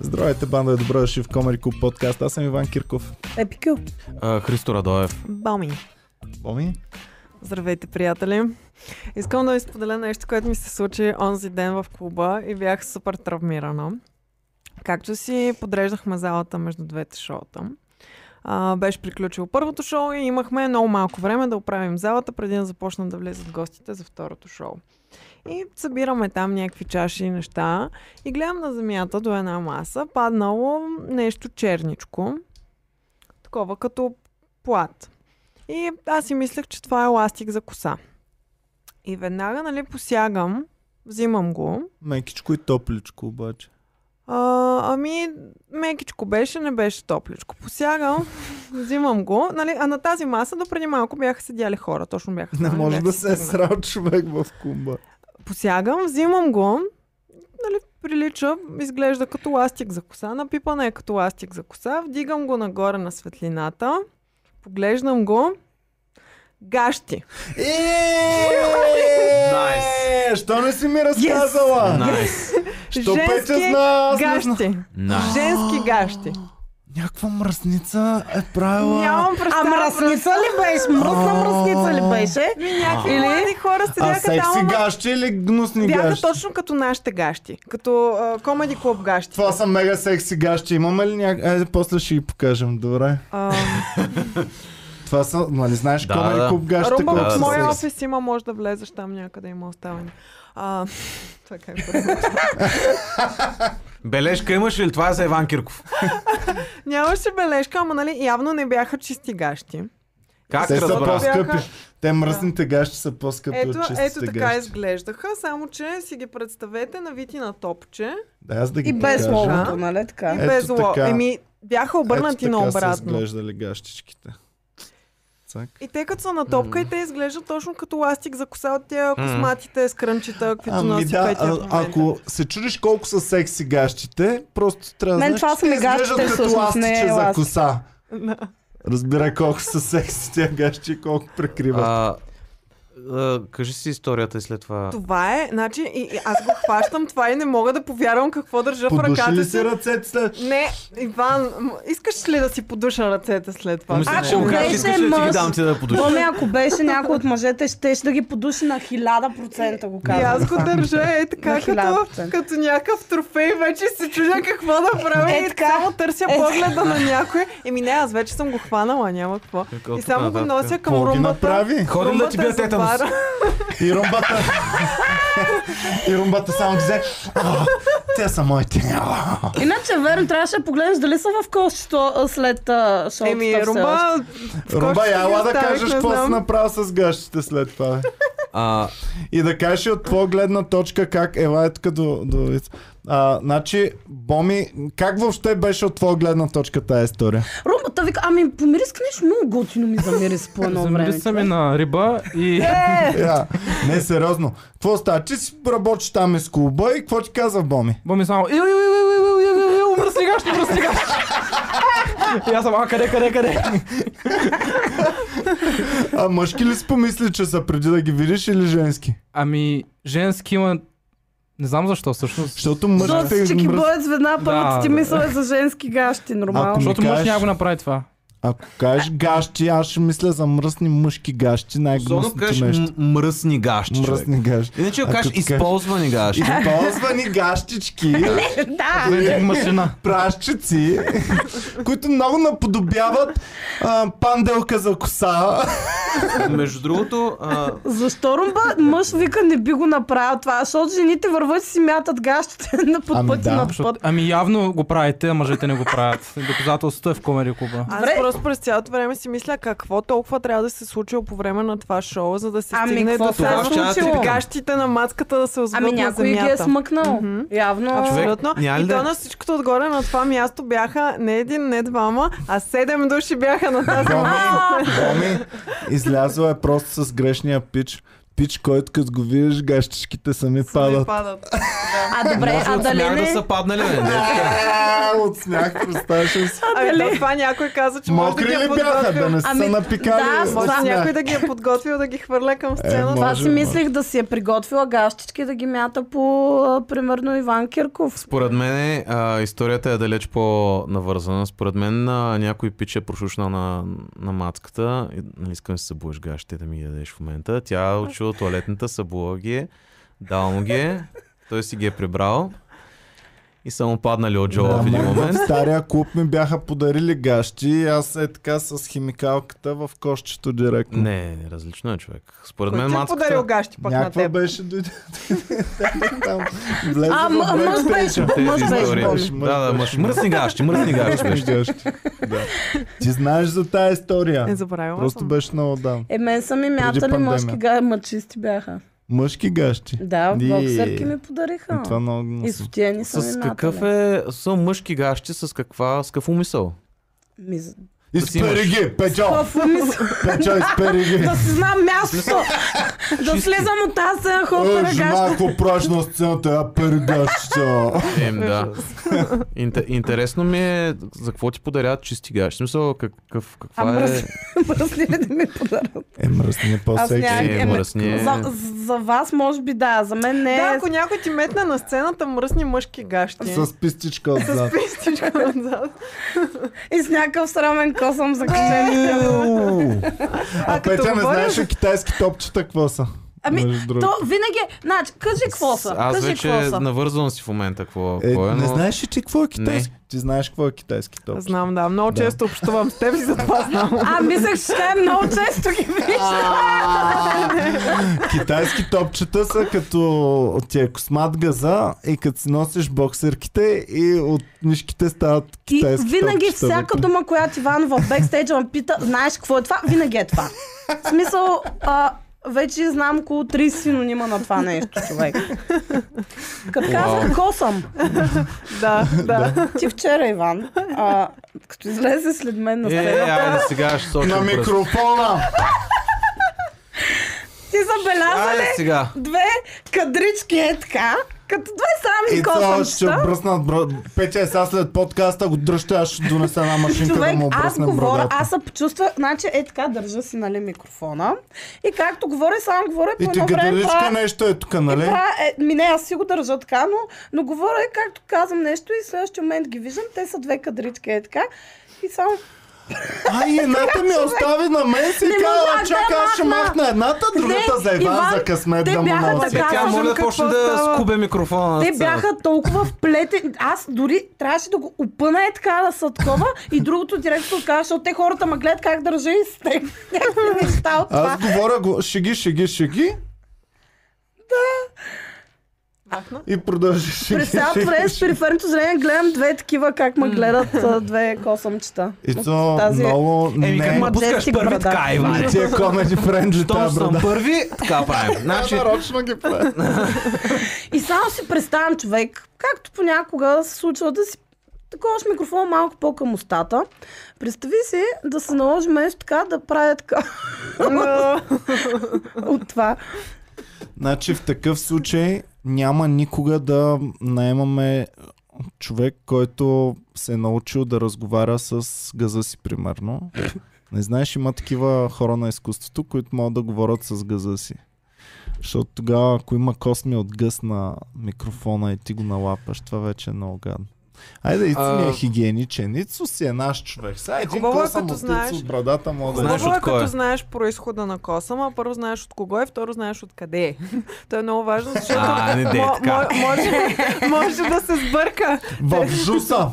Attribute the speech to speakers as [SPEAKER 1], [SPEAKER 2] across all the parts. [SPEAKER 1] Здравейте, банда е добре дошли в Комери Клуб подкаст. Аз съм Иван Кирков.
[SPEAKER 2] Епикю.
[SPEAKER 3] А, Христо Радоев.
[SPEAKER 2] Боми.
[SPEAKER 1] Боми?
[SPEAKER 4] Здравейте, приятели! Искам да ви споделя нещо, което ми се случи онзи ден в клуба и бях супер травмирана. Както си подреждахме залата между двете шоута, а, беше приключило първото шоу и имахме много малко време да оправим залата, преди да започнат да влезат гостите за второто шоу. И събираме там някакви чаши и неща и гледам на земята до една маса, паднало нещо черничко, такова като плат. И аз си мислех, че това е еластик за коса. И веднага, нали, посягам, взимам го.
[SPEAKER 1] Мекичко и топличко обаче.
[SPEAKER 4] А, ами, мекичко беше, не беше топличко. Посягам, взимам го. Нали, а на тази маса до преди малко бяха седяли хора. Точно бяха.
[SPEAKER 1] Не
[SPEAKER 4] станали,
[SPEAKER 1] може
[SPEAKER 4] бяха
[SPEAKER 1] да
[SPEAKER 4] си
[SPEAKER 1] се е
[SPEAKER 4] тръгнали.
[SPEAKER 1] срал човек в кумба.
[SPEAKER 4] Посягам, взимам го. Нали, прилича, изглежда като ластик за коса. Напипана е като ластик за коса. Вдигам го нагоре на светлината. Поглеждам го. Гащи.
[SPEAKER 1] Е! Що не си ми разказала?
[SPEAKER 3] Найс.
[SPEAKER 1] Що
[SPEAKER 4] Женски
[SPEAKER 1] пече с нас?
[SPEAKER 4] Гащи.
[SPEAKER 3] Найс.
[SPEAKER 4] Женски гащи.
[SPEAKER 1] Някаква мръсница е правила.
[SPEAKER 4] Нямам
[SPEAKER 2] А
[SPEAKER 4] представа.
[SPEAKER 2] мръсница ли беше? Мръсна мръсница ли беше?
[SPEAKER 4] Ми, някакви
[SPEAKER 2] Или-
[SPEAKER 4] млади хора
[SPEAKER 1] А
[SPEAKER 4] седяха
[SPEAKER 1] секси
[SPEAKER 4] там. ама
[SPEAKER 1] гащи или гнусни
[SPEAKER 4] Бяха
[SPEAKER 1] гащи?
[SPEAKER 4] точно като нашите гащи. Като комеди клуб гащи.
[SPEAKER 1] Това са мега секси гащи. Имаме ли някак... Айде, после ще ги покажем. Добре.
[SPEAKER 4] А,
[SPEAKER 1] Това са, нали знаеш,
[SPEAKER 3] Да,
[SPEAKER 1] Комери
[SPEAKER 3] да.
[SPEAKER 1] Клуб гащите,
[SPEAKER 4] Румба,
[SPEAKER 1] колко
[SPEAKER 4] в
[SPEAKER 1] са
[SPEAKER 4] моя
[SPEAKER 1] секси.
[SPEAKER 4] офис има, може да влезеш там някъде, има оставане. А, това как през-
[SPEAKER 3] Бележка имаш ли? Това е за Иван Кирков.
[SPEAKER 4] Нямаше бележка, ама нали, явно не бяха чисти гащи.
[SPEAKER 3] Как
[SPEAKER 1] Те са
[SPEAKER 3] разбра?
[SPEAKER 1] по-скъпи.
[SPEAKER 4] Бяха-
[SPEAKER 1] Те мръсните гащи са по-скъпи
[SPEAKER 4] Ето,
[SPEAKER 1] от чистите
[SPEAKER 4] ето така е
[SPEAKER 1] гащи.
[SPEAKER 4] изглеждаха, само че си ги представете навити на топче
[SPEAKER 1] Да, аз да ги
[SPEAKER 2] И без
[SPEAKER 1] покажа.
[SPEAKER 2] логото, нали така?
[SPEAKER 4] и
[SPEAKER 5] Е,
[SPEAKER 1] Ето
[SPEAKER 4] без ло.
[SPEAKER 1] така.
[SPEAKER 4] Еми, бяха обърнати
[SPEAKER 1] Ето така са
[SPEAKER 4] наобратно.
[SPEAKER 1] изглеждали гащичките. Цак.
[SPEAKER 4] И те като са на топка и те изглеждат точно като ластик за коса от тия косматите с крънчета, каквито
[SPEAKER 1] Ами
[SPEAKER 4] носи
[SPEAKER 1] да,
[SPEAKER 4] Петя в
[SPEAKER 1] а,
[SPEAKER 4] момента.
[SPEAKER 1] ако се чудиш колко са секси гащите, просто трябва да
[SPEAKER 2] Мен това
[SPEAKER 1] знаеш, че
[SPEAKER 2] са ми
[SPEAKER 1] те изглеждат
[SPEAKER 2] гащите,
[SPEAKER 1] като
[SPEAKER 2] всъщност, не е
[SPEAKER 1] ластиче за
[SPEAKER 2] еластик.
[SPEAKER 1] коса. Разбира колко са секси тия гащи и колко прикриват.
[SPEAKER 3] А, а, кажи си историята и след това.
[SPEAKER 4] Това е, значи и, и аз го хващам това и не мога да повярвам какво държа в
[SPEAKER 1] Подуши
[SPEAKER 4] ръката
[SPEAKER 1] ли
[SPEAKER 4] си.
[SPEAKER 1] си ръцете след?
[SPEAKER 4] Не, Иван, м- искаш ли да си подуша ръцете след това?
[SPEAKER 3] Мисля,
[SPEAKER 2] Ако
[SPEAKER 3] че му кажеш,
[SPEAKER 2] беше
[SPEAKER 3] Ами, искаш ли да ти ги
[SPEAKER 2] мъж-
[SPEAKER 3] дам ти да подушиш.
[SPEAKER 2] Боми, ако беше някой от мъжете, щеше да ги подуши на хиляда процента, го
[SPEAKER 4] И
[SPEAKER 2] казвам.
[SPEAKER 4] аз го
[SPEAKER 2] това.
[SPEAKER 4] държа е
[SPEAKER 2] На
[SPEAKER 4] така, като,
[SPEAKER 2] 1000%.
[SPEAKER 4] като някакъв трофей, вече се чудя какво да правя
[SPEAKER 2] Е,
[SPEAKER 4] и
[SPEAKER 2] така.
[SPEAKER 4] само търся
[SPEAKER 2] Е,
[SPEAKER 4] погледа на някой. Еми не, аз вече съм го хванала, няма какво.
[SPEAKER 3] Какво
[SPEAKER 4] И само
[SPEAKER 3] тук
[SPEAKER 4] го
[SPEAKER 3] нататък?
[SPEAKER 4] нося към
[SPEAKER 1] Е, Какво ги
[SPEAKER 4] румбата.
[SPEAKER 1] направи?
[SPEAKER 3] Ходим да ти
[SPEAKER 4] Румбата е
[SPEAKER 3] бия
[SPEAKER 4] за
[SPEAKER 3] тетанус.
[SPEAKER 4] бара.
[SPEAKER 1] И румбата... и румбата само взе... «А, Те са моите.
[SPEAKER 2] Иначе, верно, трябваше да погледнеш дали са в кошчето а, след а, шоуто.
[SPEAKER 4] Еми, румба,
[SPEAKER 1] Румба,
[SPEAKER 4] Кошчето
[SPEAKER 1] я
[SPEAKER 4] ги
[SPEAKER 1] ела да
[SPEAKER 4] оставих,
[SPEAKER 1] кажеш
[SPEAKER 4] не
[SPEAKER 1] какво си
[SPEAKER 4] знам.
[SPEAKER 1] направил с гащите след това. бе.
[SPEAKER 3] А,
[SPEAKER 1] И да кажеш и от твоя гледна точка как ела е тук до... до... А, значи, Боми, как въобще беше от твоя гледна точка тази история?
[SPEAKER 2] Румбата вика, ами помириска нещо много готино ми замириска по едно време.
[SPEAKER 5] Замириса ми на риба и
[SPEAKER 4] Е!
[SPEAKER 1] Я, не, сериозно. Какво става? Ти си работиш там из клуба и какво ти каза Боми?
[SPEAKER 5] боми само ил, ил, ил, ил, ил, ил, ил, ил, мръснигаш, не мръснигаш. И аз съм, а къде, къде, къде?
[SPEAKER 1] А мъжки ли си помисли, че са преди да ги видиш или женски?
[SPEAKER 5] Ами, женски има... Не знам защо всъщност.
[SPEAKER 1] Защото мъжките...
[SPEAKER 2] Защото
[SPEAKER 1] ги
[SPEAKER 2] си ги
[SPEAKER 1] мръс-
[SPEAKER 2] боят звена, първото
[SPEAKER 5] Да,
[SPEAKER 2] ти
[SPEAKER 5] да.
[SPEAKER 2] мисъл е за женски гащи,
[SPEAKER 1] Ако
[SPEAKER 2] нормално.
[SPEAKER 1] ми
[SPEAKER 5] Защото мъж
[SPEAKER 1] кажеш-
[SPEAKER 5] няма го направи това.
[SPEAKER 1] Ако кажеш гащи, аз ще мисля за мръсни мъжки гащи,
[SPEAKER 3] Зоно
[SPEAKER 1] най-гнусното
[SPEAKER 3] кажеш
[SPEAKER 1] нещо.
[SPEAKER 3] м- мръсни гащи, човек.
[SPEAKER 1] Мръсни гащи.
[SPEAKER 3] Иначе
[SPEAKER 1] А
[SPEAKER 3] ако
[SPEAKER 1] е.
[SPEAKER 3] кажеш
[SPEAKER 1] като кажеш-
[SPEAKER 3] използвани гащи.
[SPEAKER 1] Ползвани гащички,
[SPEAKER 2] Да,
[SPEAKER 5] Вендинг машина.
[SPEAKER 1] пращици, които много наподобяват а, панделка за коса.
[SPEAKER 3] Между другото, а,
[SPEAKER 2] защо румба мъж вика не би го направил това, защото жените върват и си мятат гащите на под
[SPEAKER 1] Ами
[SPEAKER 2] пъти
[SPEAKER 1] да.
[SPEAKER 2] на
[SPEAKER 5] Защото,
[SPEAKER 2] път.
[SPEAKER 5] ами явно го правите, а мъжете не го правят. Доказателството е в Комери Куба.
[SPEAKER 4] Аз
[SPEAKER 2] Добре.
[SPEAKER 4] просто през цялото време си мисля какво толкова трябва да се случи по време на това шоу, за да се
[SPEAKER 2] Ами,
[SPEAKER 4] стигне
[SPEAKER 2] какво
[SPEAKER 4] до
[SPEAKER 2] се е
[SPEAKER 4] това,
[SPEAKER 3] случило?
[SPEAKER 4] че гащите на мацката да се озват
[SPEAKER 2] Ами
[SPEAKER 4] на
[SPEAKER 2] някой ги е
[SPEAKER 4] земята.
[SPEAKER 2] смъкнал.
[SPEAKER 4] Мгм.
[SPEAKER 2] Явно.
[SPEAKER 3] човек,
[SPEAKER 4] Абсолютно.
[SPEAKER 3] няма ли
[SPEAKER 4] И
[SPEAKER 3] да
[SPEAKER 4] то
[SPEAKER 3] е?
[SPEAKER 4] на всичкото отгоре на това място бяха не един, не двама, а седем души бяха на тази
[SPEAKER 1] Боми,
[SPEAKER 4] маса.
[SPEAKER 1] Боми, излязла е просто с грешния пич. Пич, който като го видиш, гащичките сами
[SPEAKER 4] Ами,
[SPEAKER 1] падат.
[SPEAKER 4] падат.
[SPEAKER 2] А добре,
[SPEAKER 3] Може
[SPEAKER 2] а
[SPEAKER 3] от
[SPEAKER 2] дали
[SPEAKER 3] смях да
[SPEAKER 2] Нали не...
[SPEAKER 3] са паднали, нали? не? не?
[SPEAKER 1] А, Е, От смях, представяш ли си?
[SPEAKER 4] Ами
[SPEAKER 2] дали?
[SPEAKER 4] да, това някой каза, че може да
[SPEAKER 1] Мокри
[SPEAKER 4] ги е
[SPEAKER 1] ли бяха, да
[SPEAKER 4] подготвил.
[SPEAKER 1] не са
[SPEAKER 2] Ами,
[SPEAKER 1] напикали?
[SPEAKER 2] да,
[SPEAKER 1] от
[SPEAKER 4] Може
[SPEAKER 2] Това-
[SPEAKER 1] смях?
[SPEAKER 4] някой да ги е подготвил да ги хвърля към
[SPEAKER 1] Е, може.
[SPEAKER 4] сцената.
[SPEAKER 2] Това си
[SPEAKER 1] да.
[SPEAKER 2] мислех да си е приготвила гащички да ги мята по, а, примерно, Иван Кирков.
[SPEAKER 3] Според мен а, историята е далеч по-навързана. Според мен а, някой пич е прошушнал на, на мацката. И, Нали, искам да се събуеш гащите да ми ги дадеш в момента. Тя е отчила туалетната, събула ги е, дал му ги е, той си ги е прибрал и са му паднали от джоба
[SPEAKER 1] Да,
[SPEAKER 3] в един
[SPEAKER 1] ма,
[SPEAKER 3] момент.
[SPEAKER 1] В стария клуб ми бяха подарили гащи и аз е така с химикалката в кошчето директно.
[SPEAKER 3] Не, не, различно е човек. Според
[SPEAKER 4] Кой
[SPEAKER 3] мен
[SPEAKER 4] ти е подарил
[SPEAKER 3] мацката...
[SPEAKER 4] гащи пък на
[SPEAKER 1] Някаква
[SPEAKER 4] теб?
[SPEAKER 1] беше дойде там. Влезе
[SPEAKER 2] А,
[SPEAKER 1] в
[SPEAKER 2] м- мъж
[SPEAKER 1] бекстейджа.
[SPEAKER 2] беше, мъж
[SPEAKER 3] Тези
[SPEAKER 2] беше
[SPEAKER 3] истории.
[SPEAKER 2] Боми.
[SPEAKER 1] Мъж, мъж
[SPEAKER 3] Да, да,
[SPEAKER 1] беше.
[SPEAKER 3] мъж. Мръсни гащи, мръсни гащи.
[SPEAKER 1] Мъж
[SPEAKER 3] беше.
[SPEAKER 1] гащи. Да. Ти знаеш за тази
[SPEAKER 4] Е,
[SPEAKER 1] история.
[SPEAKER 4] забравила
[SPEAKER 1] Просто
[SPEAKER 4] съм.
[SPEAKER 1] беше много да.
[SPEAKER 2] Е, мен са ми мятали
[SPEAKER 1] пандемия.
[SPEAKER 2] мъжки га... мъчисти бяха.
[SPEAKER 1] Мъжки гащи.
[SPEAKER 2] Да,
[SPEAKER 1] И-
[SPEAKER 2] боксерки ми
[SPEAKER 1] И
[SPEAKER 2] подариха.
[SPEAKER 1] това много гнусно.
[SPEAKER 2] И сутиени са ми
[SPEAKER 3] С
[SPEAKER 2] мятали.
[SPEAKER 3] какъв е... Са мъжки гащи, с каква... С какъв умисъл?
[SPEAKER 2] Ми, с-
[SPEAKER 1] Изпери ги, Петьо!
[SPEAKER 2] Какво мисля?
[SPEAKER 1] Петьо, изпери ги!
[SPEAKER 2] да си знам мястото. да слизам от тази сцена, хора,
[SPEAKER 1] Е, жена,
[SPEAKER 2] гащи.
[SPEAKER 1] ако праш на сцената, я пери гащите.
[SPEAKER 3] Ем, да. Инте- интересно ми е за какво ти подаряват чисти гащи. В Смисъл, какъв,
[SPEAKER 2] А
[SPEAKER 3] каква е...
[SPEAKER 2] мръсни, мръсни ли да ми подарят?
[SPEAKER 1] Е, мръсни е
[SPEAKER 2] Аз
[SPEAKER 1] по-секси.
[SPEAKER 2] нямам-
[SPEAKER 3] Е,
[SPEAKER 2] Е,
[SPEAKER 3] мръсни е...
[SPEAKER 2] За, за вас може би да, за мен не е.
[SPEAKER 4] Да, ако някой ти метне на сцената мръсни мъжки гащи.
[SPEAKER 1] С пистичка отзад.
[SPEAKER 4] пистичка отзад.
[SPEAKER 2] И с някакъв срамен косъм за кожените.
[SPEAKER 1] А Петя не
[SPEAKER 4] говорим
[SPEAKER 1] знаеше
[SPEAKER 4] за-
[SPEAKER 1] китайски топчета какво са.
[SPEAKER 2] Ами,
[SPEAKER 1] Между другото.
[SPEAKER 2] То винаги, е- значи, кажи какво са.
[SPEAKER 3] Аз
[SPEAKER 2] кажи
[SPEAKER 3] вече
[SPEAKER 2] какво са.
[SPEAKER 3] навързвам си в момента какво,
[SPEAKER 1] Е,
[SPEAKER 3] какво е,
[SPEAKER 1] не
[SPEAKER 3] но...
[SPEAKER 1] знаеш ли ти какво е китайски? Ти знаеш какво е китайски топче.
[SPEAKER 4] Знам, да. Много
[SPEAKER 1] Да.
[SPEAKER 4] често общувам с теб и затова знам.
[SPEAKER 2] А, мислех, че ще е много често ги виждам.
[SPEAKER 1] Китайски топчета са като ти е космат газа и като си носиш боксерките и от нишките стават
[SPEAKER 2] И
[SPEAKER 1] китайски
[SPEAKER 2] винаги
[SPEAKER 1] топчета
[SPEAKER 2] всяка
[SPEAKER 1] вътре.
[SPEAKER 2] дума, която Иван в бекстейджа ме пита, знаеш какво е това, винаги е това. В смисъл, а, вече знам около 30 синонима на това нещо, човек. Като казах косъм,
[SPEAKER 4] Да, да.
[SPEAKER 2] ти вчера, Иван, а, като излезе след мен на
[SPEAKER 3] Е,
[SPEAKER 2] сцена,
[SPEAKER 3] е, айде сега ще сочим
[SPEAKER 1] На
[SPEAKER 3] пръст.
[SPEAKER 1] микрофона!
[SPEAKER 2] ти забеляза
[SPEAKER 3] Айде
[SPEAKER 2] ли
[SPEAKER 3] сега.
[SPEAKER 2] две кадрички е така, като две
[SPEAKER 1] И
[SPEAKER 2] сами
[SPEAKER 1] това ще
[SPEAKER 2] косъмчета.
[SPEAKER 1] бръснат бро... Петя, сега след подкаста го дръжте, аз ще донеса една машинка
[SPEAKER 2] Човек,
[SPEAKER 1] да му
[SPEAKER 2] аз
[SPEAKER 1] обръсне
[SPEAKER 2] говоря,
[SPEAKER 1] брадата.
[SPEAKER 2] аз се почувствах, значи е така, държа си нали, микрофона и както говоря, само говоря
[SPEAKER 1] И
[SPEAKER 2] по
[SPEAKER 1] ти
[SPEAKER 2] едно време
[SPEAKER 1] гадаличка
[SPEAKER 2] правя-
[SPEAKER 1] нещо е тук, нали?
[SPEAKER 2] правя- е, ми не, аз си го държа така, но, но говоря, и както казвам нещо и в следващия момент ги виждам, те са две кадрички е така и само
[SPEAKER 1] Ай, едната ми остави на мен си
[SPEAKER 2] Не
[SPEAKER 1] казва,
[SPEAKER 2] можах да я
[SPEAKER 1] чакай, аз ще
[SPEAKER 2] махна.
[SPEAKER 1] махна едната, другата
[SPEAKER 2] Не,
[SPEAKER 1] за Иван,
[SPEAKER 2] Иван,
[SPEAKER 1] за късмет
[SPEAKER 2] те
[SPEAKER 1] да му
[SPEAKER 2] бяха
[SPEAKER 1] носи.
[SPEAKER 2] така.
[SPEAKER 3] Тя, тя
[SPEAKER 2] Казвам
[SPEAKER 3] моля
[SPEAKER 4] какво
[SPEAKER 3] почна да
[SPEAKER 4] става.
[SPEAKER 3] скубе микрофона на
[SPEAKER 2] те
[SPEAKER 3] сцената.
[SPEAKER 2] бяха толкова вплетени. Аз дори трябваше да го опъна е така да са такова и другото директно отказа, защото те хората ме гледат как държа и с те някакви неща от това.
[SPEAKER 1] Аз говоря, го, шеги, шеги, шеги
[SPEAKER 4] Махна.
[SPEAKER 1] и продължи шеги,
[SPEAKER 2] През цялото време с периферното зрение гледам две такива, как ме гледат а, две косъмчета.
[SPEAKER 1] И то
[SPEAKER 2] тази-
[SPEAKER 1] много
[SPEAKER 3] Еми,
[SPEAKER 1] не...
[SPEAKER 3] като ме пускаш
[SPEAKER 2] Majestic
[SPEAKER 3] първи,
[SPEAKER 2] брада.
[SPEAKER 3] така, Иван.
[SPEAKER 1] Не ти е комеди френджи
[SPEAKER 3] Щом
[SPEAKER 1] тази
[SPEAKER 3] съм
[SPEAKER 1] брада.
[SPEAKER 3] първи, така правим.
[SPEAKER 1] Е,
[SPEAKER 3] Значи,
[SPEAKER 1] Нарочно ги правя.
[SPEAKER 2] И само си представям човек, както понякога се случва да си такова с микрофон малко по-към устата. Представи си да се наложи нещо така да правя така от това.
[SPEAKER 1] Значи в такъв случай няма никога да наемаме човек, който се е научил да разговаря с газа си, примерно. Не знаеш, има такива хора на изкуството, които могат да говорят с газа си. Защото тогава, ако има косми от гъс на микрофона и ти го налапаш, това вече е много гадно. Айде, Ицо ми е
[SPEAKER 3] А-
[SPEAKER 1] хигиеничен. Ицо си е наш човек. Сега един
[SPEAKER 4] хубаво е,
[SPEAKER 1] косъм
[SPEAKER 4] като
[SPEAKER 1] от
[SPEAKER 4] знаеш.
[SPEAKER 1] Ицо от брадата мога да е.
[SPEAKER 3] Знаеш
[SPEAKER 4] Хубаво
[SPEAKER 3] от
[SPEAKER 4] е
[SPEAKER 3] кой е?
[SPEAKER 4] като знаеш происхода на косама, първо знаеш от кого е, второ знаеш от къде е. То е много важно, защото
[SPEAKER 3] А, не дей
[SPEAKER 4] мо-
[SPEAKER 3] така.
[SPEAKER 4] мо- може, може да се сбърка.
[SPEAKER 1] В Жуса!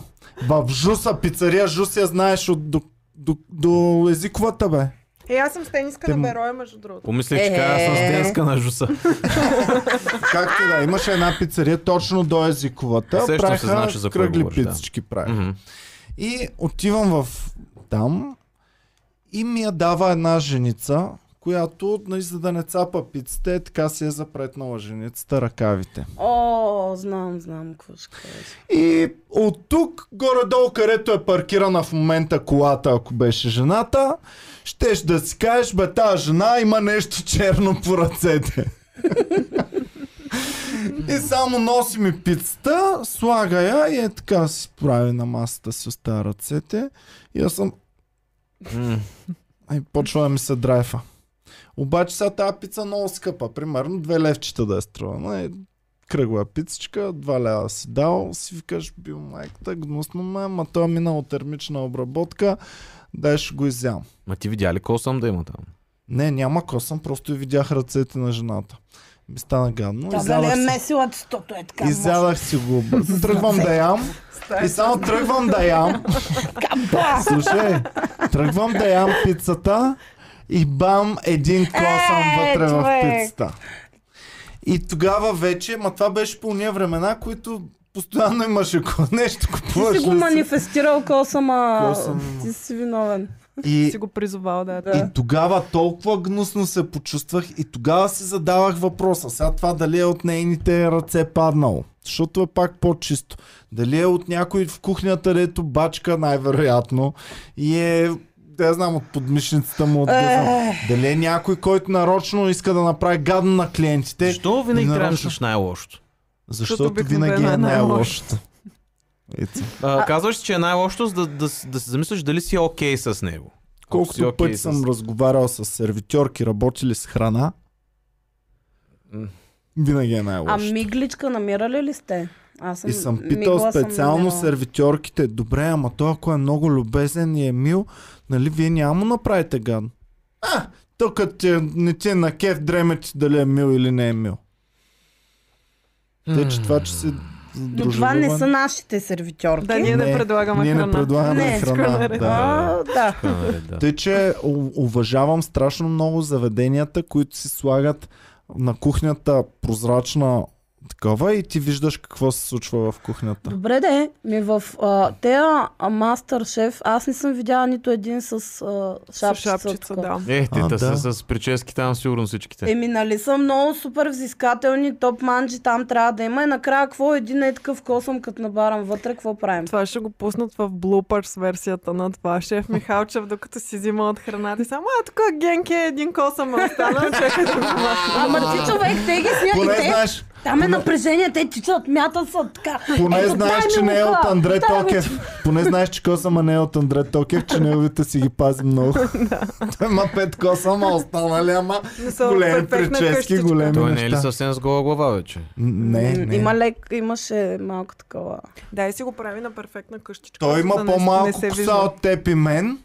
[SPEAKER 1] В Жуса! Пицария Жус я знаеш от до, до, до езиковата, бе.
[SPEAKER 4] Е, аз съм с тениска
[SPEAKER 1] Те
[SPEAKER 4] на
[SPEAKER 1] му-
[SPEAKER 4] Бероя, между другото.
[SPEAKER 3] помислих, че каза с
[SPEAKER 2] Е.
[SPEAKER 3] денска на жуса.
[SPEAKER 1] Както да, имаше една пицария точно до езиковата.
[SPEAKER 3] Сещам се,
[SPEAKER 1] праха
[SPEAKER 3] значи, за кой
[SPEAKER 1] кръгли
[SPEAKER 3] говориш, да.
[SPEAKER 1] пицички правиха.
[SPEAKER 3] Мгм.
[SPEAKER 1] И отивам в там и ми я дава една женица, която, нали, за да не цапа пиците, така си е запретнала женицата ръкавите.
[SPEAKER 2] О, знам, знам какво ще кажеш.
[SPEAKER 1] И от тук, горе-долу, където е паркирана в момента колата, ако беше жената, щеш да си кажеш, бе, тази жена има нещо черно по ръцете. и само носи ми пицата, слага я и е така си прави на масата си оставя ръцете. И аз съм...
[SPEAKER 3] М.
[SPEAKER 1] Ай, почва да ми се драйфа. Обаче сега тази пица е много скъпа. Примерно две левчета да е струва. Най- кръгла пицичка, два лева си дал, си викаш бил майката, гнусно ме, ма той е минал термична обработка, дай ще го изям.
[SPEAKER 3] Ма ти видя ли косъм да има там?
[SPEAKER 1] Не, няма косъм, просто и видях ръцете на жената. Ми стана гадно.
[SPEAKER 2] Тя дали
[SPEAKER 1] изядах
[SPEAKER 2] е
[SPEAKER 1] си-
[SPEAKER 2] месила стото е така.
[SPEAKER 1] Изядах си го. Тръгвам да ям. И само тръгвам да ям.
[SPEAKER 2] Каба!
[SPEAKER 1] Слушай, тръгвам да ям пицата и бам един косъм
[SPEAKER 2] Е,
[SPEAKER 1] вътре в
[SPEAKER 2] човек.
[SPEAKER 1] пицата. И тогава вече, ма това беше по уния времена, които постоянно имаше ко- нещо купуваш.
[SPEAKER 2] Ти си го
[SPEAKER 1] ли
[SPEAKER 2] манифестирал косама.
[SPEAKER 1] Косъм.
[SPEAKER 2] Ти си виновен.
[SPEAKER 1] И,
[SPEAKER 4] Си го призовал да е
[SPEAKER 1] и
[SPEAKER 2] Да.
[SPEAKER 1] тогава толкова гнусно се почувствах и тогава си задавах въпроса. Сега това дали е от нейните ръце паднало. Защото е пак по-чисто. Дали е от някой в кухнята, дето бачка най-вероятно и е да я знам, от подмишницата му от газа. Дали е някой, който нарочно иска да направи гадно на клиентите,
[SPEAKER 3] Защо винаги трябва да
[SPEAKER 1] нарочно.
[SPEAKER 3] мислиш най-лошото?
[SPEAKER 1] защото
[SPEAKER 4] Защото
[SPEAKER 1] винаги
[SPEAKER 4] обикновено
[SPEAKER 1] е
[SPEAKER 4] е най-лошото.
[SPEAKER 1] най-лошото. Ето.
[SPEAKER 3] А, казваш, че е най-лошото за да, да, си- да се замислиш дали си окей okay с него.
[SPEAKER 1] Колкото
[SPEAKER 3] Си окей
[SPEAKER 1] пъти
[SPEAKER 3] с-
[SPEAKER 1] съм разговарял с сервитьорки, работили с храна,
[SPEAKER 3] М.
[SPEAKER 1] винаги е най-лошо.
[SPEAKER 2] А мигличка намирали ли сте? Аз съм
[SPEAKER 1] И съм питал
[SPEAKER 2] мигла съм
[SPEAKER 1] специално
[SPEAKER 2] намирала.
[SPEAKER 1] сервитьорките, добре, ама той ако е много любезен и е мил, нали вие няма му направите ган? А, то като ти- не ти е на кеф дремете дали е мил или не е мил. Те, че това, че си
[SPEAKER 2] Но това не
[SPEAKER 1] дружелюбен,
[SPEAKER 2] са нашите сервитьорки.
[SPEAKER 4] Да, ние не,
[SPEAKER 1] Не,
[SPEAKER 4] предлагаме
[SPEAKER 1] ние не
[SPEAKER 4] храна.
[SPEAKER 1] предлагаме
[SPEAKER 2] Не,
[SPEAKER 1] храна.
[SPEAKER 4] скъмере.
[SPEAKER 1] Да.
[SPEAKER 2] А, да.
[SPEAKER 3] Така, нали, да.
[SPEAKER 1] Тъй, че у- уважавам страшно много заведенията, които си слагат на кухнята прозрачна такова и ти виждаш какво се случва в кухнята.
[SPEAKER 2] Добре де, ми в а, тея а, мастер шеф, аз не съм видяла нито един с а,
[SPEAKER 4] С
[SPEAKER 2] шапчица.
[SPEAKER 4] шапчица,
[SPEAKER 2] такова.
[SPEAKER 4] да.
[SPEAKER 3] Е, те
[SPEAKER 1] А,
[SPEAKER 3] да.
[SPEAKER 1] да.
[SPEAKER 3] са с прически там сигурно всичките.
[SPEAKER 2] Еми, нали са много супер взискателни, топ манджи там трябва да има и накрая какво един е такъв косъм, като набарам вътре, какво правим?
[SPEAKER 4] Това ще го пуснат в блупърс версията на това. Шеф Михалчев, докато си взима от храната и само, а тук Генки е един косъм е останал, чакай да го махна.
[SPEAKER 2] Ама ти човек, те ги сня и
[SPEAKER 1] Поне
[SPEAKER 2] те,
[SPEAKER 1] знаеш,
[SPEAKER 2] там е напрежение, те тичат, мятат са така.
[SPEAKER 1] Поне
[SPEAKER 2] Ето,
[SPEAKER 1] знаеш,
[SPEAKER 2] дай ми
[SPEAKER 1] че не е
[SPEAKER 2] мука,
[SPEAKER 1] от Андре
[SPEAKER 2] дай ми
[SPEAKER 1] Токев. Поне знаеш, че косама не е от Андре Токев, че неговите си ги пази много. Той има пет косама, останали ама
[SPEAKER 4] Не са
[SPEAKER 1] големи
[SPEAKER 4] перфектна
[SPEAKER 1] прически,
[SPEAKER 4] къщичка.
[SPEAKER 1] големи
[SPEAKER 3] Той не е ли
[SPEAKER 1] неща.
[SPEAKER 3] съвсем с гола глава вече?
[SPEAKER 1] Не,
[SPEAKER 2] М, Има
[SPEAKER 1] не.
[SPEAKER 2] лек, имаше малко такова.
[SPEAKER 4] Да, и си го прави на перфектна къщичка.
[SPEAKER 1] Той
[SPEAKER 4] за
[SPEAKER 1] има
[SPEAKER 4] да не- не
[SPEAKER 1] по-малко
[SPEAKER 4] се
[SPEAKER 1] коса
[SPEAKER 4] вижда.
[SPEAKER 1] от теб и мен,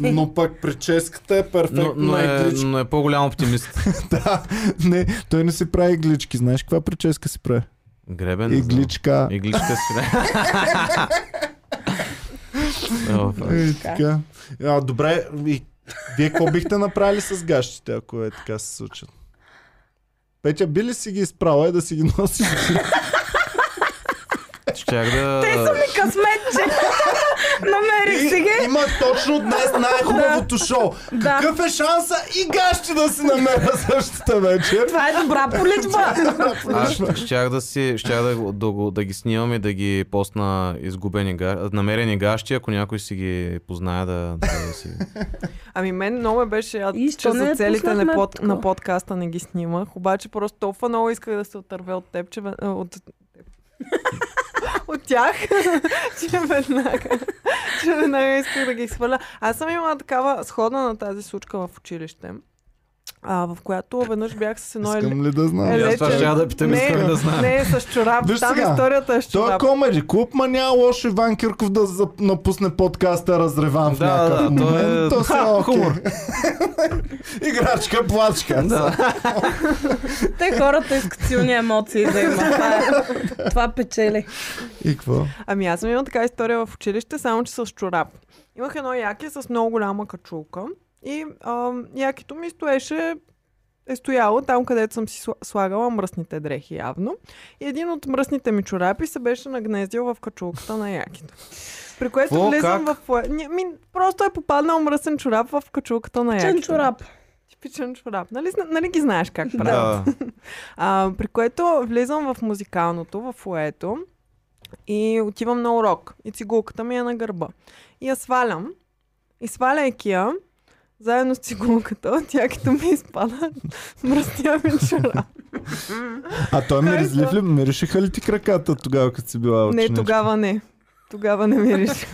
[SPEAKER 1] но пък прическата е
[SPEAKER 3] Но,
[SPEAKER 1] перфектно
[SPEAKER 3] но, е,
[SPEAKER 1] игличка.
[SPEAKER 3] но е по-голям оптимист.
[SPEAKER 1] Да, не, той не си прави иглички. Знаеш каква прическа си прави?
[SPEAKER 3] Гребен. Е, не знам.
[SPEAKER 1] Игличка.
[SPEAKER 3] Игличка си. О, фак.
[SPEAKER 1] Е, така. А, добре, и вие какво бихте направили с гащите, ако е така се случат? Петя, би ли си ги изправила и да си ги носиш?
[SPEAKER 3] Щях да...
[SPEAKER 2] Те са ми късметче. Намерих си ги.
[SPEAKER 1] Има точно днес най-хубавото шоу.
[SPEAKER 2] Да.
[SPEAKER 1] Какъв е шанса и гащи да си намеря същата вечер?
[SPEAKER 2] Това е добра поличба.
[SPEAKER 3] Аз щ- щях да си, щях да, го- да, го- да ги снимам и да ги постна изгубени, га- намерени гащи, ако някой си ги познае да, да си...
[SPEAKER 4] Ами мен много ме беше яд,
[SPEAKER 2] И
[SPEAKER 4] че
[SPEAKER 2] що не
[SPEAKER 4] за целите на,
[SPEAKER 2] пуснахме
[SPEAKER 4] под,
[SPEAKER 2] такова?
[SPEAKER 4] на подкаста не ги снимах. Обаче просто толкова много исках да се отървя от теб, че... ве- а, От, от тях, че веднага, че веднага исках да ги изхвърля. Аз съм имала такава сходна на тази случка в училище, а, в която веднъж бях с едно... еле-
[SPEAKER 1] Искам ли да знам?
[SPEAKER 4] Еле-
[SPEAKER 3] Аз това
[SPEAKER 4] Вече-
[SPEAKER 3] щях да питам,
[SPEAKER 4] не,
[SPEAKER 3] искам да знам.
[SPEAKER 4] не е с чорап.
[SPEAKER 1] Виж
[SPEAKER 4] Там
[SPEAKER 1] сега,
[SPEAKER 4] историята е с
[SPEAKER 1] Той е
[SPEAKER 4] чорап.
[SPEAKER 1] комеди клуб, ма няма лошо Иван Кирков да зап- напусне подкаста разреван в
[SPEAKER 3] Да,
[SPEAKER 1] някакъв
[SPEAKER 3] да, той е-
[SPEAKER 1] момент. То си е
[SPEAKER 3] Ха,
[SPEAKER 1] окей.
[SPEAKER 3] хумор.
[SPEAKER 1] Играчка, плачка.
[SPEAKER 2] Те хората искат силни емоции да има. Това, е, това печели.
[SPEAKER 1] И какво?
[SPEAKER 4] Ами аз съм имала така история в училище, само че с чорап. Имах едно яке с много голяма качулка и ам, якето ми стоеше е стояло там, където съм си сла- слагала мръсните дрехи явно. И един от мръсните ми чорапи се беше нагнездил в качулката на якето. При което
[SPEAKER 3] Какво?
[SPEAKER 4] влизам
[SPEAKER 3] Как?
[SPEAKER 4] в... ло- Ня- Ми, просто е попаднал мръсен чорап в качулката на
[SPEAKER 2] Чен
[SPEAKER 4] якето.
[SPEAKER 2] чорап.
[SPEAKER 4] типичен чорап. Нали, зна- нали ги знаеш как правят?
[SPEAKER 3] Да.
[SPEAKER 4] А, при което влизам в музикалното, в фуето и отивам на урок. И цигулката ми е на гърба. И я свалям. И сваляйки я, заедно с цигулката, тя като ми изпада, мръстя ми чорап.
[SPEAKER 1] А той миризлив ли? Миришеха ли ти краката тогава, като си била
[SPEAKER 4] Не,
[SPEAKER 1] ученичка?
[SPEAKER 4] тогава не. Тогава не мириш.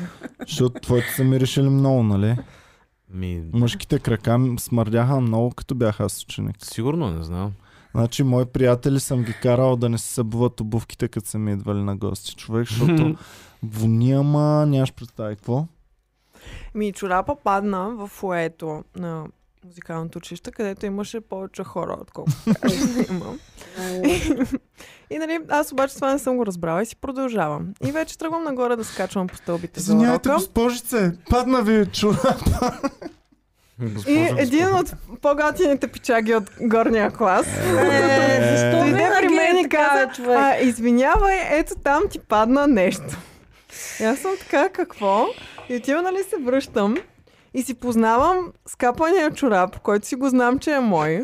[SPEAKER 1] Защото твоите са миришели много, нали?
[SPEAKER 3] Ми,
[SPEAKER 1] Мъжките крака м- смърдяха много, като бях аз ученик.
[SPEAKER 3] сигурно не знам.
[SPEAKER 1] Значи, мои приятели съм ги карал да не се събуват обувките, като са ми идвали на гости, човек, защото вония, ма, нямаш представи какво.
[SPEAKER 4] Ми чорапа падна в фуето на музикалното училище, където имаше повече хора, отколкото трябваше да има. И нали, аз обаче това не съм го разбрала и си продължавам. И вече тръгвам нагоре да скачвам по стълбите за
[SPEAKER 1] Извинявайте,
[SPEAKER 4] урока.
[SPEAKER 1] госпожице, падна ви чура.
[SPEAKER 3] Госпожо,
[SPEAKER 4] И
[SPEAKER 3] госпожо.
[SPEAKER 4] един от по-готините пичаги от горния клас
[SPEAKER 2] Е, защо
[SPEAKER 4] дойде при
[SPEAKER 2] винаги
[SPEAKER 4] мен
[SPEAKER 2] е
[SPEAKER 4] и
[SPEAKER 2] така, бе,
[SPEAKER 4] каза,
[SPEAKER 2] човек?
[SPEAKER 4] а, извинявай, ето там ти падна нещо. И аз съм така, какво? И отивам, нали се връщам и си познавам скапания чорап, който си го знам, че е мой.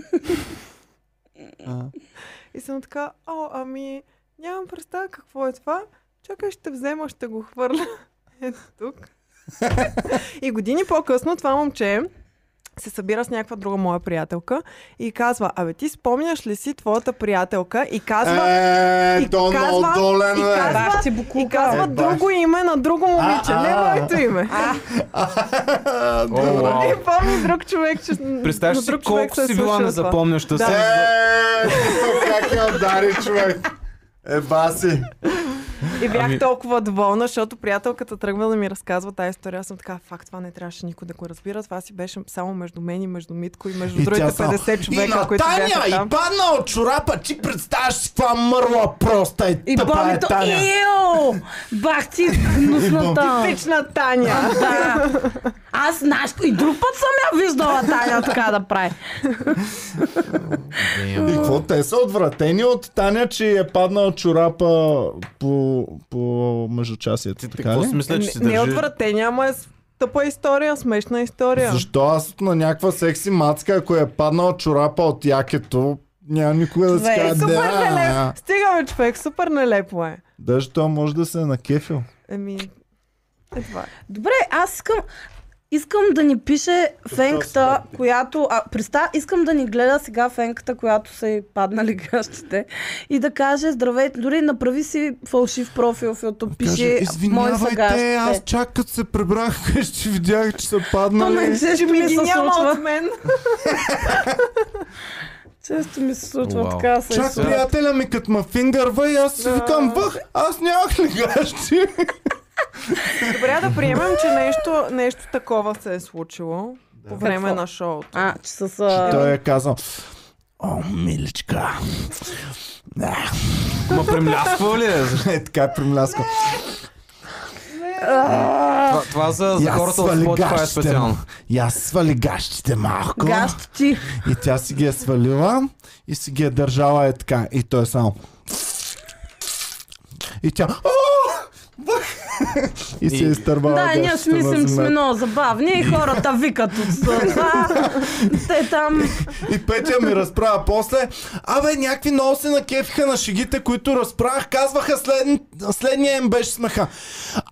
[SPEAKER 4] И съм така, о, ами, нямам представа какво е това. Чакай, ще взема, ще го хвърля. Ето тук. и години по-късно това момче се събира с някаква друга моя приятелка и казва, абе ти спомняш ли си твоята приятелка? И казва,
[SPEAKER 1] Е,
[SPEAKER 4] и казва- и казва-
[SPEAKER 2] Бах ти
[SPEAKER 4] и
[SPEAKER 2] буклука.
[SPEAKER 4] казва
[SPEAKER 1] Е, баш.
[SPEAKER 4] друго име на друго момиче,
[SPEAKER 1] А,
[SPEAKER 4] не
[SPEAKER 1] а.
[SPEAKER 4] моето име.
[SPEAKER 1] Е,
[SPEAKER 3] О, вау.
[SPEAKER 4] Не помни друг човек, че...
[SPEAKER 3] Представяш
[SPEAKER 4] на
[SPEAKER 3] си
[SPEAKER 4] друг човек
[SPEAKER 3] колко
[SPEAKER 4] се е
[SPEAKER 3] си била
[SPEAKER 4] случило това.
[SPEAKER 3] незапомняща
[SPEAKER 4] Да.
[SPEAKER 3] си.
[SPEAKER 1] Е, как я удари, човек. Е, баси.
[SPEAKER 4] И бях
[SPEAKER 3] Ами-
[SPEAKER 4] ами... толкова доволна, защото приятелката тръгва да ми разказва тази история. Аз съм така, факт, това не трябваше никой да го разбира. Това си беше само между мен и между Митко и между
[SPEAKER 1] И
[SPEAKER 4] другите
[SPEAKER 1] тя само,
[SPEAKER 4] 50 човека,
[SPEAKER 1] на
[SPEAKER 4] които
[SPEAKER 1] Таня,
[SPEAKER 4] бяха там.
[SPEAKER 1] и падна от чорапа, ти представяш си каква мърла проста и,
[SPEAKER 2] И
[SPEAKER 1] тъпа е
[SPEAKER 2] бомито.
[SPEAKER 1] Таня.
[SPEAKER 2] Ио! Бах ти гнусната.
[SPEAKER 4] Типична Таня!
[SPEAKER 2] Да. Аз знаеш, и друг път съм я виждала Таня така да прави.
[SPEAKER 1] И
[SPEAKER 3] Damn.
[SPEAKER 1] какво те са отвратени от Таня, че е паднал чорапа по, по мъжочасието,
[SPEAKER 3] Ти
[SPEAKER 1] така
[SPEAKER 3] какво
[SPEAKER 1] ли?
[SPEAKER 3] си мисля, че си
[SPEAKER 4] Не е
[SPEAKER 3] държи?
[SPEAKER 4] отвратение, ама е с- тъпа история, смешна история.
[SPEAKER 1] Защо аз на някаква секси мацка, ако е паднал чорапа от якето, няма никога да си
[SPEAKER 2] Човек,
[SPEAKER 1] кажа,
[SPEAKER 4] Супер
[SPEAKER 1] да,
[SPEAKER 4] нелепо! Стигаме, човек, супер нелепо е.
[SPEAKER 1] даже той може да се е накефил.
[SPEAKER 4] Еми, е това е.
[SPEAKER 2] Добре, аз искам... Искам да ни пише фенката, която... А, приста, искам да ни гледа сега фенката, която са й паднали гащите. И да каже, здравейте, дори направи си фалшив профил в YouTube. Пиши, мои са гащите.
[SPEAKER 1] чак като се прибрах вкъщи, видях, че са
[SPEAKER 2] То не, често ми
[SPEAKER 4] Ги
[SPEAKER 2] се
[SPEAKER 4] няма от
[SPEAKER 2] случва.
[SPEAKER 4] мен.
[SPEAKER 2] Често ми се случва
[SPEAKER 3] Уау.
[SPEAKER 2] така да се
[SPEAKER 1] Чак
[SPEAKER 2] изсъра.
[SPEAKER 1] приятеля ми като ма фингърва и аз си викам, въх, аз нямах ли гащи?
[SPEAKER 4] Добре, да приемем, че нещо, нещо такова се е случило по време
[SPEAKER 2] Какво?
[SPEAKER 4] на шоуто.
[SPEAKER 2] А, че с...
[SPEAKER 1] Че
[SPEAKER 2] а,
[SPEAKER 1] той е казал, о, миличка. Да,
[SPEAKER 3] Ма премлясква ли? е?
[SPEAKER 1] е така примляска.
[SPEAKER 3] Това, това за, за
[SPEAKER 1] Я
[SPEAKER 3] хората от
[SPEAKER 1] свали
[SPEAKER 3] Spotify е
[SPEAKER 1] гащите
[SPEAKER 3] специално.
[SPEAKER 1] му. И аз свали гащите малко.
[SPEAKER 2] Гащи ти.
[SPEAKER 1] И тя си ги е свалила и си ги е държала е така. И той е само. И тя. «О, бах!» и се е
[SPEAKER 3] И-
[SPEAKER 1] изтървала.
[SPEAKER 2] Да, ние
[SPEAKER 1] гащите на
[SPEAKER 2] смислим, сме
[SPEAKER 1] земята.
[SPEAKER 2] много забавни и хората викат от това. Те там...
[SPEAKER 1] И Петя ми разправя после. Абе, някакви много се накефиха на шегите, които разправях. Казваха след... следния им беше смеха.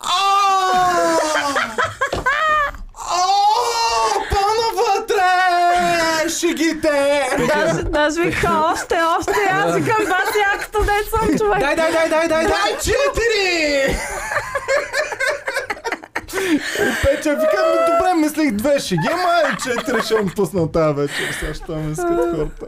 [SPEAKER 1] Ааа! Ааа! По-навътре! Шегите!
[SPEAKER 2] Даже, даже вика, още, още, аз викам, бас, якото не съм човек.
[SPEAKER 5] Дай, дай, дай, дай, дай, дай!
[SPEAKER 1] Дай четири! И Петя вика, ми добре, мислих две шеги, ама и четири ще им пусна тази вечер. Сега ще ми искат хората.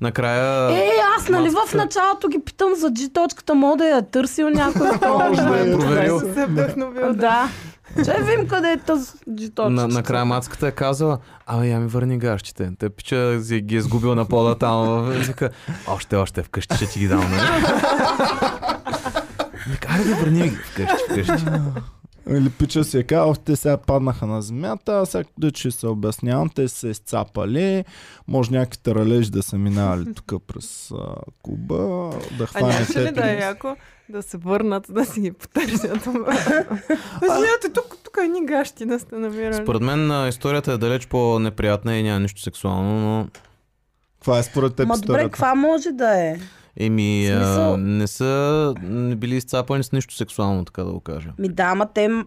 [SPEAKER 3] Накрая...
[SPEAKER 2] Е, аз нали в началото ги питам за G-точката, мога да я е търсил някой от това.
[SPEAKER 1] Може да
[SPEAKER 3] е
[SPEAKER 1] е.
[SPEAKER 3] проверил.
[SPEAKER 4] Просто се вдъхновил. Да.
[SPEAKER 2] Да. Че вим къде е тази
[SPEAKER 3] На,
[SPEAKER 2] G-точка.
[SPEAKER 3] накрая мацката е казала, абе, я ми върни гащите. Те пича си ги е сгубил на пода там. в- Вика, още, още, вкъщи ще ти ги дам, нали? Вика, айде да върни ми ги вкъщи, вкъщи.
[SPEAKER 1] Или пича си е казал, те сега паднаха на земята, а сега да че се обяснявам, те са се изцапали, може някакви таралежи да са минали тук през а, Куба, да
[SPEAKER 4] А
[SPEAKER 1] хване
[SPEAKER 4] е нямаше ли да е яко да се върнат, да си ги потърсят? Извинявайте, тук, тук тук едни гащи да сте намирали.
[SPEAKER 3] Според мен а, историята е далеч по-неприятна и няма нищо сексуално, но
[SPEAKER 1] Това е според теб
[SPEAKER 2] Ма добре,
[SPEAKER 1] историята.
[SPEAKER 2] каква може да е?
[SPEAKER 3] еми,
[SPEAKER 2] В
[SPEAKER 3] а,
[SPEAKER 2] смисъл?
[SPEAKER 3] не са не били изцапани с нищо сексуално, така да го кажа.
[SPEAKER 2] Ми да, ама те м-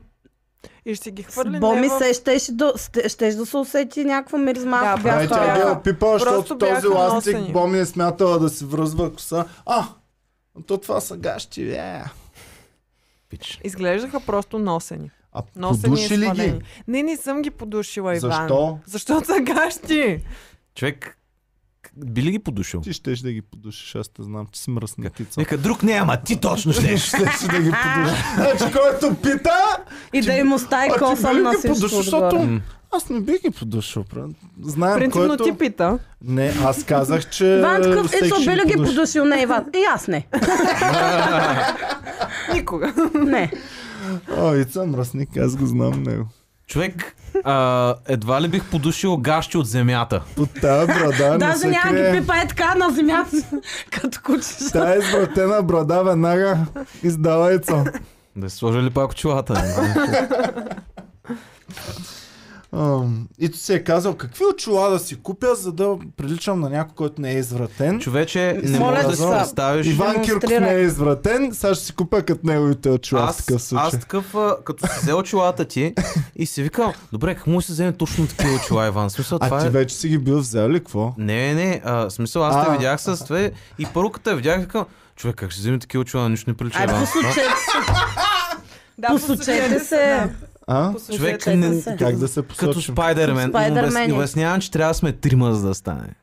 [SPEAKER 4] И ще ги хвърли
[SPEAKER 2] с
[SPEAKER 4] не
[SPEAKER 2] Боми
[SPEAKER 4] в-
[SPEAKER 2] се щеше да, сте- щеш да се усети някаква миризма.
[SPEAKER 4] Да,
[SPEAKER 2] ако
[SPEAKER 4] бях
[SPEAKER 1] Ай,
[SPEAKER 2] бяха-
[SPEAKER 1] тя ги
[SPEAKER 4] бяха-
[SPEAKER 1] е опипала,
[SPEAKER 4] просто
[SPEAKER 1] защото този
[SPEAKER 4] бяха
[SPEAKER 1] ластик
[SPEAKER 4] носени.
[SPEAKER 1] Боми е смятала да си връзва коса. А, то това са гащи, е.
[SPEAKER 3] Пич.
[SPEAKER 4] Изглеждаха просто носени.
[SPEAKER 1] А
[SPEAKER 4] Носени и
[SPEAKER 1] подуши ли ги?
[SPEAKER 4] свалени. Не, не съм ги подушила, е Иван.
[SPEAKER 1] Защо?
[SPEAKER 4] Защото са гащи.
[SPEAKER 3] Човек, к- би ли ги подушил?
[SPEAKER 1] Ти щеш да ги подушиш, аз те знам, че си мръсна кица.
[SPEAKER 3] Нека друг няма, ти точно ще.
[SPEAKER 1] Щеше да ги подушиш. Значи който пита,
[SPEAKER 2] И да им остави
[SPEAKER 1] а ти
[SPEAKER 2] Е, косъм
[SPEAKER 1] били
[SPEAKER 2] на
[SPEAKER 1] ги
[SPEAKER 2] всичко
[SPEAKER 1] подушил,
[SPEAKER 2] отгоре.
[SPEAKER 1] защото- аз не бих ги подушил. пра. Знаем,
[SPEAKER 4] Принципно
[SPEAKER 1] който...
[SPEAKER 4] ти пита.
[SPEAKER 1] Не, аз казах, че...
[SPEAKER 2] Иван такъв,
[SPEAKER 1] всеки
[SPEAKER 2] ето
[SPEAKER 1] е, ще
[SPEAKER 2] Беля ги
[SPEAKER 1] подуши.
[SPEAKER 2] подушил, не Иван. И аз не.
[SPEAKER 4] Никога.
[SPEAKER 2] Не.
[SPEAKER 1] О, Ица мръсник, аз го знам него.
[SPEAKER 3] Човек, а, едва ли бих подушил гащи от земята.
[SPEAKER 1] Под тая брада не
[SPEAKER 2] Даже
[SPEAKER 1] се
[SPEAKER 2] няма ги
[SPEAKER 1] крие.
[SPEAKER 2] пипа е така на земята, като куче.
[SPEAKER 1] Тая извратена брада веднага издава Ица.
[SPEAKER 3] Да си сложа ли пак очилата?
[SPEAKER 1] Ам, Ито си е казал, какви очила да си купя, за да приличам на някой, който не е извратен.
[SPEAKER 3] Човече, не
[SPEAKER 2] Моля
[SPEAKER 3] можеш да
[SPEAKER 1] те,
[SPEAKER 3] си
[SPEAKER 1] са.
[SPEAKER 3] представиш.
[SPEAKER 1] Иван Кирков
[SPEAKER 2] демонстрирай.
[SPEAKER 1] не е извратен, сега ще си купя като неговите очила в такъв
[SPEAKER 3] Аз,
[SPEAKER 1] случай.
[SPEAKER 3] аз такъв, а, като си взел очилата ти и си викам, добре, как му се вземе точно такива очила, Иван? В Смисъл,
[SPEAKER 1] А
[SPEAKER 3] това
[SPEAKER 1] ти
[SPEAKER 3] е...
[SPEAKER 1] вече си ги бил взел ли, какво?
[SPEAKER 3] Не, не, а, в смисъл, аз те
[SPEAKER 1] А.
[SPEAKER 3] видях с това и първо като те видях, викам, човек, как ще вземе такива очила, нищо не прилича,
[SPEAKER 2] Ай,
[SPEAKER 3] Иван.
[SPEAKER 2] посочете се.
[SPEAKER 4] Да,
[SPEAKER 2] Посочете се.
[SPEAKER 1] А?
[SPEAKER 3] Човек,
[SPEAKER 4] Човек,
[SPEAKER 3] не-
[SPEAKER 2] се.
[SPEAKER 1] Как да се
[SPEAKER 3] Като
[SPEAKER 1] посочим?
[SPEAKER 3] Спайдермен. Му обяс-
[SPEAKER 2] Спайдермен е.
[SPEAKER 3] Обяснявам, че трябва да сме трима, за да стане.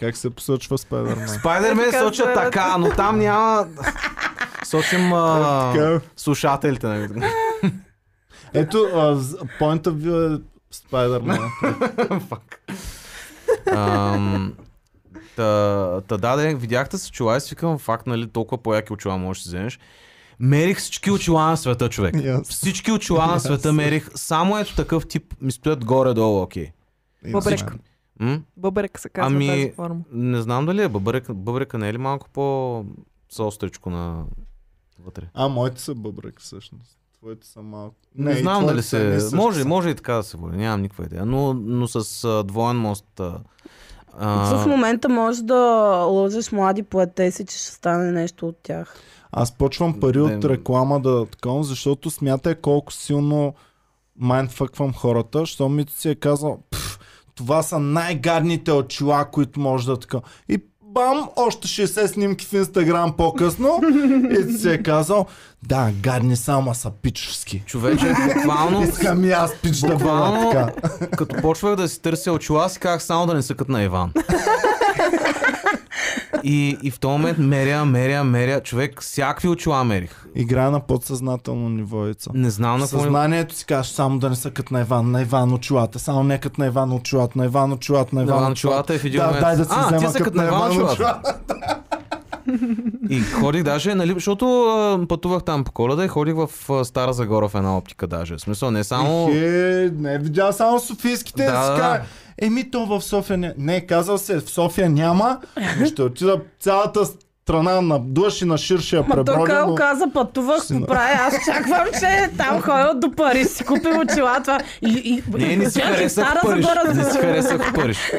[SPEAKER 1] Как се посочва Спайдермен?
[SPEAKER 3] Спайдермен
[SPEAKER 4] Така
[SPEAKER 3] соча
[SPEAKER 4] се-
[SPEAKER 3] така, но там няма... Сочим а,
[SPEAKER 1] Така. е.
[SPEAKER 3] слушателите. нали?
[SPEAKER 1] Ето, а, з- поинта ви е Спайдермен.
[SPEAKER 3] Фак. Ам, Та, та да, да, видяхте с очила и си викам, факт, нали, толкова по-яки очила можеш да си вземеш. Мерих всички очила на света, човек.
[SPEAKER 1] Ясно.
[SPEAKER 3] Всички очила на света мерих. Само ето такъв тип ми стоят горе-долу, окей.
[SPEAKER 4] Бъбрек.
[SPEAKER 3] М?
[SPEAKER 4] Бъбрек се казва
[SPEAKER 3] Ами-
[SPEAKER 4] тази форма.
[SPEAKER 3] Не знам дали е бъбрека, бъбрека не е ли малко по остричко на вътре.
[SPEAKER 1] А, моите са бъбрек, всъщност. Твоите са малко.
[SPEAKER 3] Не, не
[SPEAKER 1] и е
[SPEAKER 3] знам
[SPEAKER 1] твоите
[SPEAKER 3] дали
[SPEAKER 1] са
[SPEAKER 3] се...
[SPEAKER 1] едни също
[SPEAKER 3] Може,
[SPEAKER 1] са.
[SPEAKER 3] може и така да се води, нямам никаква идея. Но, но с а, двоен мост... А, а,
[SPEAKER 2] В момента можеш да лъжеш млади поетеси, че ще стане нещо от тях.
[SPEAKER 1] Аз почвам пари от
[SPEAKER 3] Да.
[SPEAKER 1] реклама да такъвам, защото смятай колко силно майндфъквам хората, що ми си е казал, «Пф, това са най-гадните очила, които може да така. И бам, още 60 снимки в Инстаграм по-късно и ти си е казал, да, гадни са, ама са пичовски.
[SPEAKER 3] човече, буквално...
[SPEAKER 1] Искам и аз пич да бъда
[SPEAKER 3] Буквално,
[SPEAKER 1] така.
[SPEAKER 3] като почвах да си търся очила, си казах само да не са като на Иван. И, и в този момент меря, меря, меря. Човек, всякакви очила мерих.
[SPEAKER 1] Игра на подсъзнателно ниво. Ица.
[SPEAKER 3] Не знам на
[SPEAKER 1] В
[SPEAKER 3] какво... ми-
[SPEAKER 1] съзнанието си кажеш само да не са като на Иван, на Иван очилата, само не е като на Иван очилата, на Иван очилата, на
[SPEAKER 3] На Иван
[SPEAKER 1] Иван очилата.
[SPEAKER 3] очилата е в един
[SPEAKER 1] Да,
[SPEAKER 3] момент.
[SPEAKER 1] дай да си
[SPEAKER 3] а,
[SPEAKER 1] взема
[SPEAKER 3] ти са като на Иван очилата. И ходих даже, нали, защото а, пътувах там по коледа и ходих в а, Стара Загора в една оптика даже. В смисъл, не само...
[SPEAKER 1] Е, не е видял само софийските.
[SPEAKER 3] Да,
[SPEAKER 1] Да,
[SPEAKER 3] да,
[SPEAKER 1] да,
[SPEAKER 3] да.
[SPEAKER 1] Еми то в София не... не, казал се, в София няма, но ще отида цялата страна на дъш и на ширшия
[SPEAKER 2] Ма той
[SPEAKER 1] преброда,
[SPEAKER 2] Кайл
[SPEAKER 1] но...
[SPEAKER 2] каза, пътувах,
[SPEAKER 1] Сина.
[SPEAKER 2] го правя. Аз чаквам, че там ходил до Париж, си купил очила това. И, и,
[SPEAKER 3] Не,
[SPEAKER 2] и-
[SPEAKER 3] не си
[SPEAKER 2] и-
[SPEAKER 3] харесах
[SPEAKER 2] Стара
[SPEAKER 3] Париж.
[SPEAKER 2] Загора.
[SPEAKER 3] Не си харесах Париж.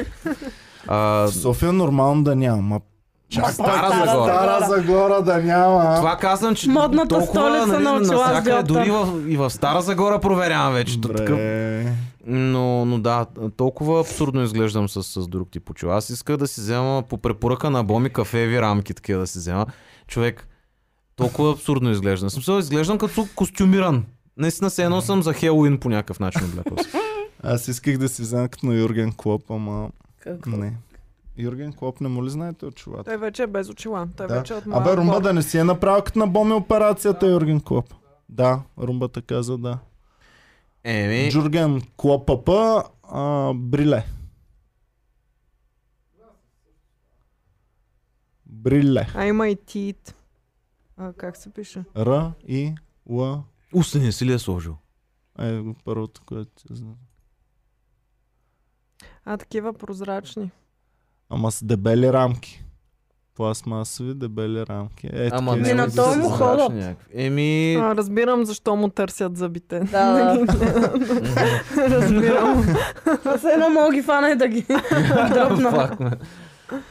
[SPEAKER 3] А,
[SPEAKER 1] В София нормално да няма. ма-
[SPEAKER 3] Стара
[SPEAKER 2] Стара
[SPEAKER 3] Загора.
[SPEAKER 1] Стара
[SPEAKER 2] Загора.
[SPEAKER 1] Загора да няма.
[SPEAKER 3] Това е казвам, че
[SPEAKER 2] Модната
[SPEAKER 3] толкова,
[SPEAKER 2] столица
[SPEAKER 3] нали,
[SPEAKER 2] на очила с
[SPEAKER 3] навсякъде,
[SPEAKER 2] гел
[SPEAKER 3] дори
[SPEAKER 2] тон.
[SPEAKER 3] в, и в Стара Загора проверявам вече. Добре. Такъв.
[SPEAKER 1] Добре.
[SPEAKER 3] Но, но да, толкова абсурдно изглеждам с, с друг тип очила. Аз исках да си взема по препоръка на Боми кафеви рамки, такива да си взема. Човек, толкова абсурдно изглеждам. В Смисъл, изглеждам като костюмиран. Наистина се едно съм за Хелоуин по някакъв начин облякал. се.
[SPEAKER 1] Аз исках да си взема като на Юрген Клоп, ама
[SPEAKER 2] Какво?
[SPEAKER 1] не. Юрген Клоп не му ли знаете очилата?
[SPEAKER 4] Той вече е без очила. Той
[SPEAKER 1] Да.
[SPEAKER 4] вече е от моя
[SPEAKER 1] Абе, Румба
[SPEAKER 4] пор.
[SPEAKER 1] да не си е направил като на Боми операцията, Юрген Клоп. Да, Румбата каза да.
[SPEAKER 3] Еми,
[SPEAKER 1] Джурген Клопапа, а, Бриле. Бриле.
[SPEAKER 4] А има и тит. А, как се пише?
[SPEAKER 1] Р и Л.
[SPEAKER 3] уста не си ли е сложил?
[SPEAKER 1] Е, го първото, което ти знам.
[SPEAKER 4] А, такива прозрачни.
[SPEAKER 1] Ама с дебели рамки. пластмасови, дебели рамки. Е,
[SPEAKER 3] Ама
[SPEAKER 1] такива
[SPEAKER 2] Ми
[SPEAKER 3] не,
[SPEAKER 2] на
[SPEAKER 1] за-
[SPEAKER 2] този му
[SPEAKER 1] за-
[SPEAKER 2] ход.
[SPEAKER 3] хора.
[SPEAKER 2] ходят.
[SPEAKER 3] Еми,
[SPEAKER 4] А, разбирам защо му търсят зъбите.
[SPEAKER 2] Да,
[SPEAKER 4] разбирам.
[SPEAKER 2] да. Все едно мога ги фана и да ги дръпна.
[SPEAKER 3] Фак, ме.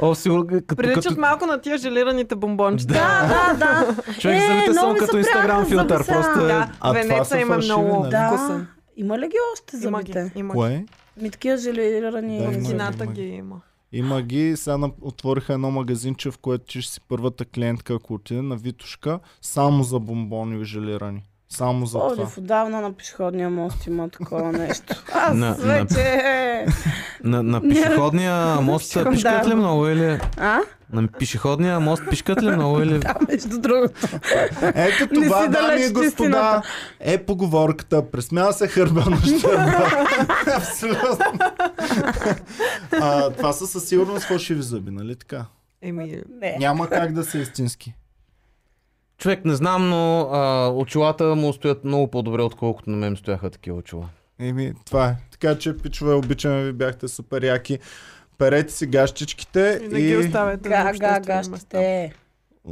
[SPEAKER 3] О, сигурно като...
[SPEAKER 4] Приличат
[SPEAKER 3] като...
[SPEAKER 4] малко на тия желираните бомбончета.
[SPEAKER 2] Да, да, да.
[SPEAKER 5] Човек,
[SPEAKER 2] Е,
[SPEAKER 5] зъбите
[SPEAKER 2] много
[SPEAKER 5] са му
[SPEAKER 2] ми
[SPEAKER 5] като
[SPEAKER 2] са
[SPEAKER 5] Инстаграм
[SPEAKER 2] приятни
[SPEAKER 5] филтър.
[SPEAKER 2] зъби,
[SPEAKER 5] Просто
[SPEAKER 2] са.
[SPEAKER 5] е...
[SPEAKER 4] Да,
[SPEAKER 1] А това
[SPEAKER 4] Венеца
[SPEAKER 1] са
[SPEAKER 4] има
[SPEAKER 1] фалшиви,
[SPEAKER 4] много
[SPEAKER 1] нали?
[SPEAKER 4] вкусен.
[SPEAKER 2] Да. Има ли ги още
[SPEAKER 4] Има ги,
[SPEAKER 2] зъбите?
[SPEAKER 4] има ги.
[SPEAKER 1] Кое?
[SPEAKER 2] Ми такива желирани.
[SPEAKER 1] Да, има.
[SPEAKER 4] Кината ги има.
[SPEAKER 1] Има ги, сега на- отвориха едно магазинче, в което ти ще си първата клиентка, ако отиде на Витушка, само за бомбони и желирани. Само за това.
[SPEAKER 2] Олив, отдавна на пешеходния мост има такова нещо. Аз
[SPEAKER 3] На- на-
[SPEAKER 2] вече...
[SPEAKER 3] На, на пешеходния мост
[SPEAKER 2] пешеход,
[SPEAKER 3] пишкат
[SPEAKER 2] да.
[SPEAKER 3] ли много или...
[SPEAKER 2] А?
[SPEAKER 3] На пешеходния мост пишкат ли много или...
[SPEAKER 2] Да, между другото.
[SPEAKER 1] Ето
[SPEAKER 2] Не
[SPEAKER 1] това,
[SPEAKER 2] си далеч
[SPEAKER 1] дами и
[SPEAKER 2] от
[SPEAKER 1] господа,
[SPEAKER 2] истината.
[SPEAKER 1] е поговорката. Пресмява се хърба на щърба. Абсолютно. а, това са със сигурност фалшиви зъби, нали така?
[SPEAKER 4] Еми,
[SPEAKER 2] Не.
[SPEAKER 1] Няма как да са истински.
[SPEAKER 3] Човек, не знам, но а, очилата му стоят много по-добре, отколкото на мен стояха такива очила.
[SPEAKER 1] Еми, това е. Така че, пичове, обичаме ви, бяхте супер яки. Перете си гащичките
[SPEAKER 4] и
[SPEAKER 1] и...
[SPEAKER 4] не ги оставяте
[SPEAKER 2] Га,
[SPEAKER 4] на
[SPEAKER 2] га,
[SPEAKER 4] обществени
[SPEAKER 2] га, ще
[SPEAKER 4] места.
[SPEAKER 2] те.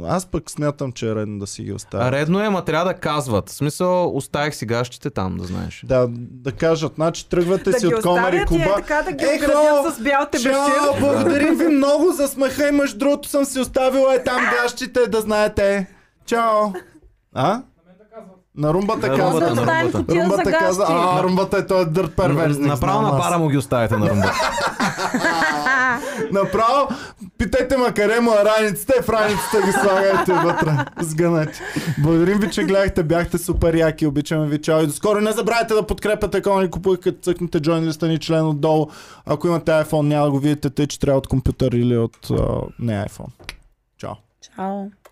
[SPEAKER 1] Аз пък смятам, че е редно да си ги оставя.
[SPEAKER 3] А, Редно е, ма трябва да казват. В смисъл, оставих сегащите там, да знаеш.
[SPEAKER 1] Да, да кажат, значи тръгвате
[SPEAKER 4] Да
[SPEAKER 1] си
[SPEAKER 4] ги
[SPEAKER 1] от Комери
[SPEAKER 4] оставят и е
[SPEAKER 1] Куба.
[SPEAKER 4] така да ги
[SPEAKER 1] Ехо,
[SPEAKER 4] оградят с бял тебешир.
[SPEAKER 1] Чао, благодарим ви много за смеха и между другото съм си оставила е там гащите, да знаете. Чао. А? На румбата
[SPEAKER 3] На
[SPEAKER 1] казва.
[SPEAKER 3] румбата, на
[SPEAKER 2] Оставим
[SPEAKER 3] румбата.
[SPEAKER 2] котия за
[SPEAKER 1] Румбата
[SPEAKER 2] гащи.
[SPEAKER 1] каза, а, румбата е този дърт перверзник.
[SPEAKER 3] Направо на
[SPEAKER 1] знам аз.
[SPEAKER 3] пара му ги оставяте на ръмба.
[SPEAKER 1] Направо, питайте ма къде му е раниците, в раниците ги слагайте вътре. Сгънати. Благодарим ви, че гледахте, бяхте супер яки, обичаме ви, чао и до скоро. Не забравяйте да подкрепяте Кони Купуй, като цъкнете Джон листа ни член отдолу. Ако имате iPhone, няма да го видите, тъй че трябва от компютър или от а, не iPhone. Чао.
[SPEAKER 2] Чао.